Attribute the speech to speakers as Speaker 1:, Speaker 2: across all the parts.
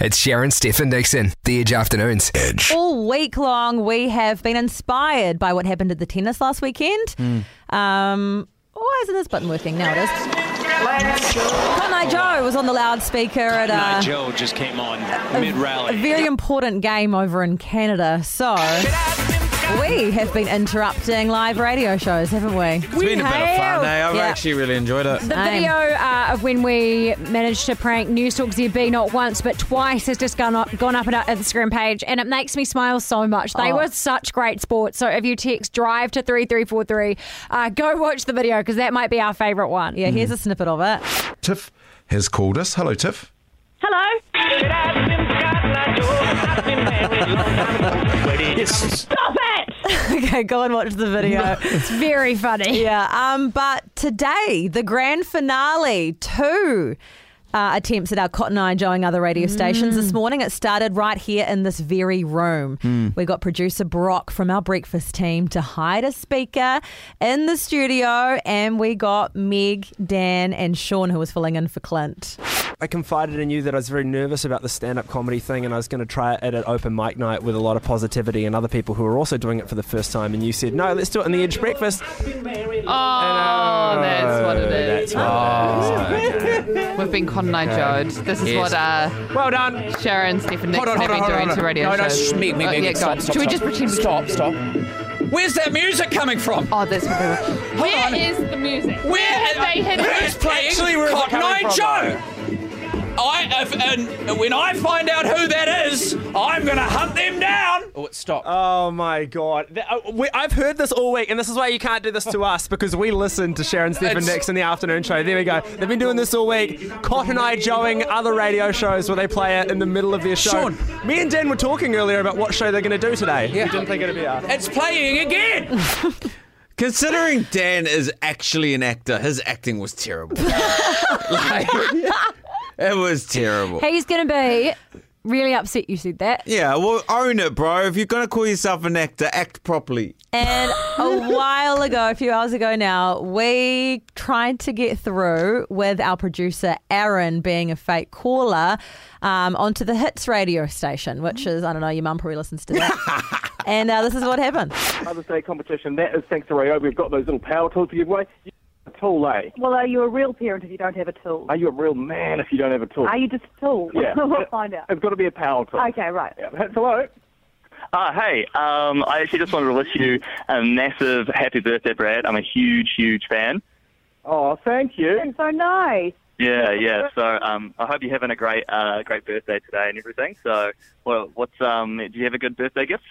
Speaker 1: It's Sharon Stephen Dixon, The Edge Afternoons. Edge.
Speaker 2: All week long, we have been inspired by what happened at the tennis last weekend. Um, why isn't this button working? Now it is. Cotton Eye Joe was on the loudspeaker at
Speaker 3: Uh,
Speaker 4: Nah,
Speaker 2: a,
Speaker 4: Joe just came on mid
Speaker 2: a
Speaker 4: rally.
Speaker 2: very important game over in Canada. So we have been interrupting live radio shows, haven't we?
Speaker 5: It's been a bit of fun, eh? I've
Speaker 2: Yeah.
Speaker 5: actually really enjoyed it.
Speaker 6: The
Speaker 2: Same.
Speaker 6: video uh, of when we managed to prank News Talk ZB not once but twice has just gone up, gone up on our Instagram page, and it makes me smile so much. They
Speaker 2: Oh.
Speaker 6: were such great sports. So if you text drive to three three four three, uh, go watch the video because that might be our favourite one.
Speaker 2: Yeah, here's a snippet of it.
Speaker 7: Tiff has called us. Hello, Tiff.
Speaker 8: Hello? Stop it!
Speaker 2: Okay, go and watch the video.
Speaker 6: It's very funny.
Speaker 2: Yeah, um, but today, the grand finale, two uh, attempts at our Cotton Eye Joeing other radio stations this morning. It started right here in this very room. We got producer Brock from our breakfast team to hide a speaker in the studio, and we got Meg, Dan, and Sean, who was filling in for Clint.
Speaker 9: I confided in you that I was very nervous about the stand up comedy thing and I was going to try it at an open mic night with a lot of positivity and other people who were also doing it for the first time. And you said, no, let's do it in the Edge Breakfast.
Speaker 3: Oh,
Speaker 10: uh,
Speaker 3: that's what it is. Oh.
Speaker 9: That's what it is.
Speaker 3: We've been Con and Joed. This is
Speaker 5: Yes.
Speaker 3: what uh,
Speaker 9: Well done.
Speaker 3: Sharon, Stephen, and Nick
Speaker 5: Hold on,
Speaker 3: have
Speaker 5: hold
Speaker 3: been
Speaker 5: on, hold
Speaker 3: doing
Speaker 5: on.
Speaker 3: to radio
Speaker 5: no, no,
Speaker 3: shows.
Speaker 5: shh, Meg, Meg,
Speaker 3: Oh,
Speaker 5: Meg,
Speaker 3: yeah, go
Speaker 5: stop,
Speaker 3: on.
Speaker 5: stop,
Speaker 3: Should we
Speaker 5: stop.
Speaker 3: just pretend?
Speaker 5: Stop, stop. Where's that music coming from?
Speaker 3: Oh, that's what they were. Where
Speaker 5: on.
Speaker 3: is the music?
Speaker 5: Where
Speaker 3: have they hidden
Speaker 5: Who's
Speaker 3: it?
Speaker 5: playing
Speaker 9: Actually, where is it
Speaker 5: Cotton
Speaker 9: coming
Speaker 5: Eye
Speaker 9: from,
Speaker 5: Joe? I if, and when I find out who that is, I'm gonna hunt them down. Oh, it stopped.
Speaker 9: Oh my God. Th- uh, we- I've heard this all week, and this is why you can't do this to us because we listen to Sharon Stephen
Speaker 5: It's-
Speaker 9: Nix in the afternoon show. There we go. They've been doing this all week. Cotton Eye Joeing other radio shows where they play it in the middle of their show.
Speaker 5: Sean.
Speaker 9: Me and Dan were talking earlier about what show they're going to do today.
Speaker 5: Yeah.
Speaker 9: We didn't think it'd be us.
Speaker 5: It's playing again.
Speaker 10: Considering Dan is actually an actor, his acting was terrible. like, it was terrible.
Speaker 6: He's going to be really upset you said that.
Speaker 10: Yeah, well, own it, bro. If you're going to call yourself an actor, act properly.
Speaker 2: And a while ago, a few hours ago now, we tried to get through with our producer Aaron being a fake caller um, onto the Hits radio station, which is, I don't know, your mum probably listens to that. and uh, this is what happened.
Speaker 11: Mother's Day competition. That is thanks to Rayobi. We've got those little power tools to give away. You a tool, eh?
Speaker 8: Well, are you a real parent if you don't have a tool?
Speaker 11: Are you a real man if you don't have a tool?
Speaker 8: Are you just a tool?
Speaker 11: Yeah.
Speaker 8: we'll find out.
Speaker 11: It's got to be a power tool.
Speaker 8: Okay, right.
Speaker 11: Yeah. Hello.
Speaker 4: Ah, hey. Um, I actually just wanted to wish you a massive happy birthday, Brad. I'm a huge, huge fan.
Speaker 11: Oh, thank you.
Speaker 8: That's so nice.
Speaker 4: Yeah, yeah. So um, I hope you're having a great, uh, great birthday today and everything. So, well, what's um, do you have a good birthday gift?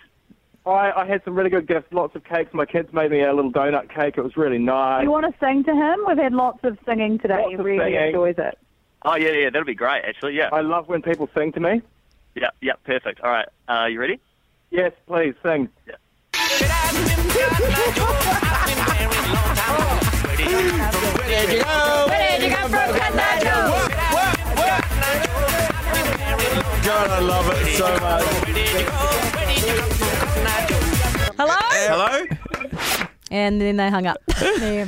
Speaker 11: I, I had some really good gifts. Lots of cakes. My kids made me a little donut cake. It was really
Speaker 8: Do
Speaker 11: nice.
Speaker 8: you want to sing to him? We've had lots of singing today.
Speaker 11: Lots
Speaker 8: he
Speaker 11: of
Speaker 8: really
Speaker 11: singing.
Speaker 8: enjoys it.
Speaker 4: Oh yeah, yeah. That'll be great, actually. Yeah,
Speaker 11: I love when people sing to me.
Speaker 4: yeah, yeah. Perfect. All right. Uh, you ready?
Speaker 11: Yes, please sing.
Speaker 10: God, I love it so much.
Speaker 2: Hello?
Speaker 10: Hello?
Speaker 2: And then they hung up.
Speaker 10: Uh,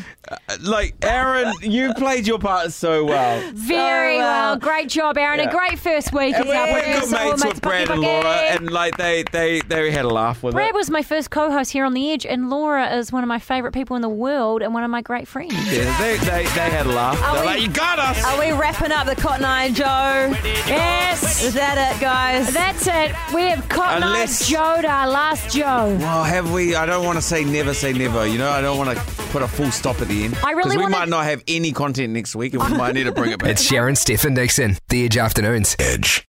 Speaker 10: Like, Aaron, you played your part so well.
Speaker 6: Very
Speaker 2: So, uh,
Speaker 6: well. Great job, Aaron. A
Speaker 10: Yeah.
Speaker 6: great first week.
Speaker 10: And
Speaker 6: as our
Speaker 10: we're
Speaker 6: producer.
Speaker 10: good
Speaker 6: All
Speaker 10: mates with
Speaker 6: bucky,
Speaker 10: Brad
Speaker 6: bucky.
Speaker 10: and Laura, and like, they, they, they had a laugh with
Speaker 6: Brad
Speaker 10: it.
Speaker 6: was my first co-host here on The Edge, and Laura is one of my favourite people in the world and one of my great friends.
Speaker 10: Yeah, they, they, they had a laugh. They're
Speaker 2: we-
Speaker 10: like, you got us.
Speaker 2: Are we wrapping up the Cotton Eye and Joe?
Speaker 6: Yes,
Speaker 2: Is that it, guys?
Speaker 6: that's it. We have Cotton Unless...
Speaker 10: Unless-
Speaker 6: Joe to our last Joe.
Speaker 10: Well, Oh, have we? I don't want to say never say never. You know, I don't want to put a full stop at the end.
Speaker 6: I really
Speaker 10: Because we
Speaker 6: wanna-
Speaker 10: might not have any content next week, and we might need to bring it back.
Speaker 1: It's Sharon Stephen Dixon, The Edge Afternoons. Edge.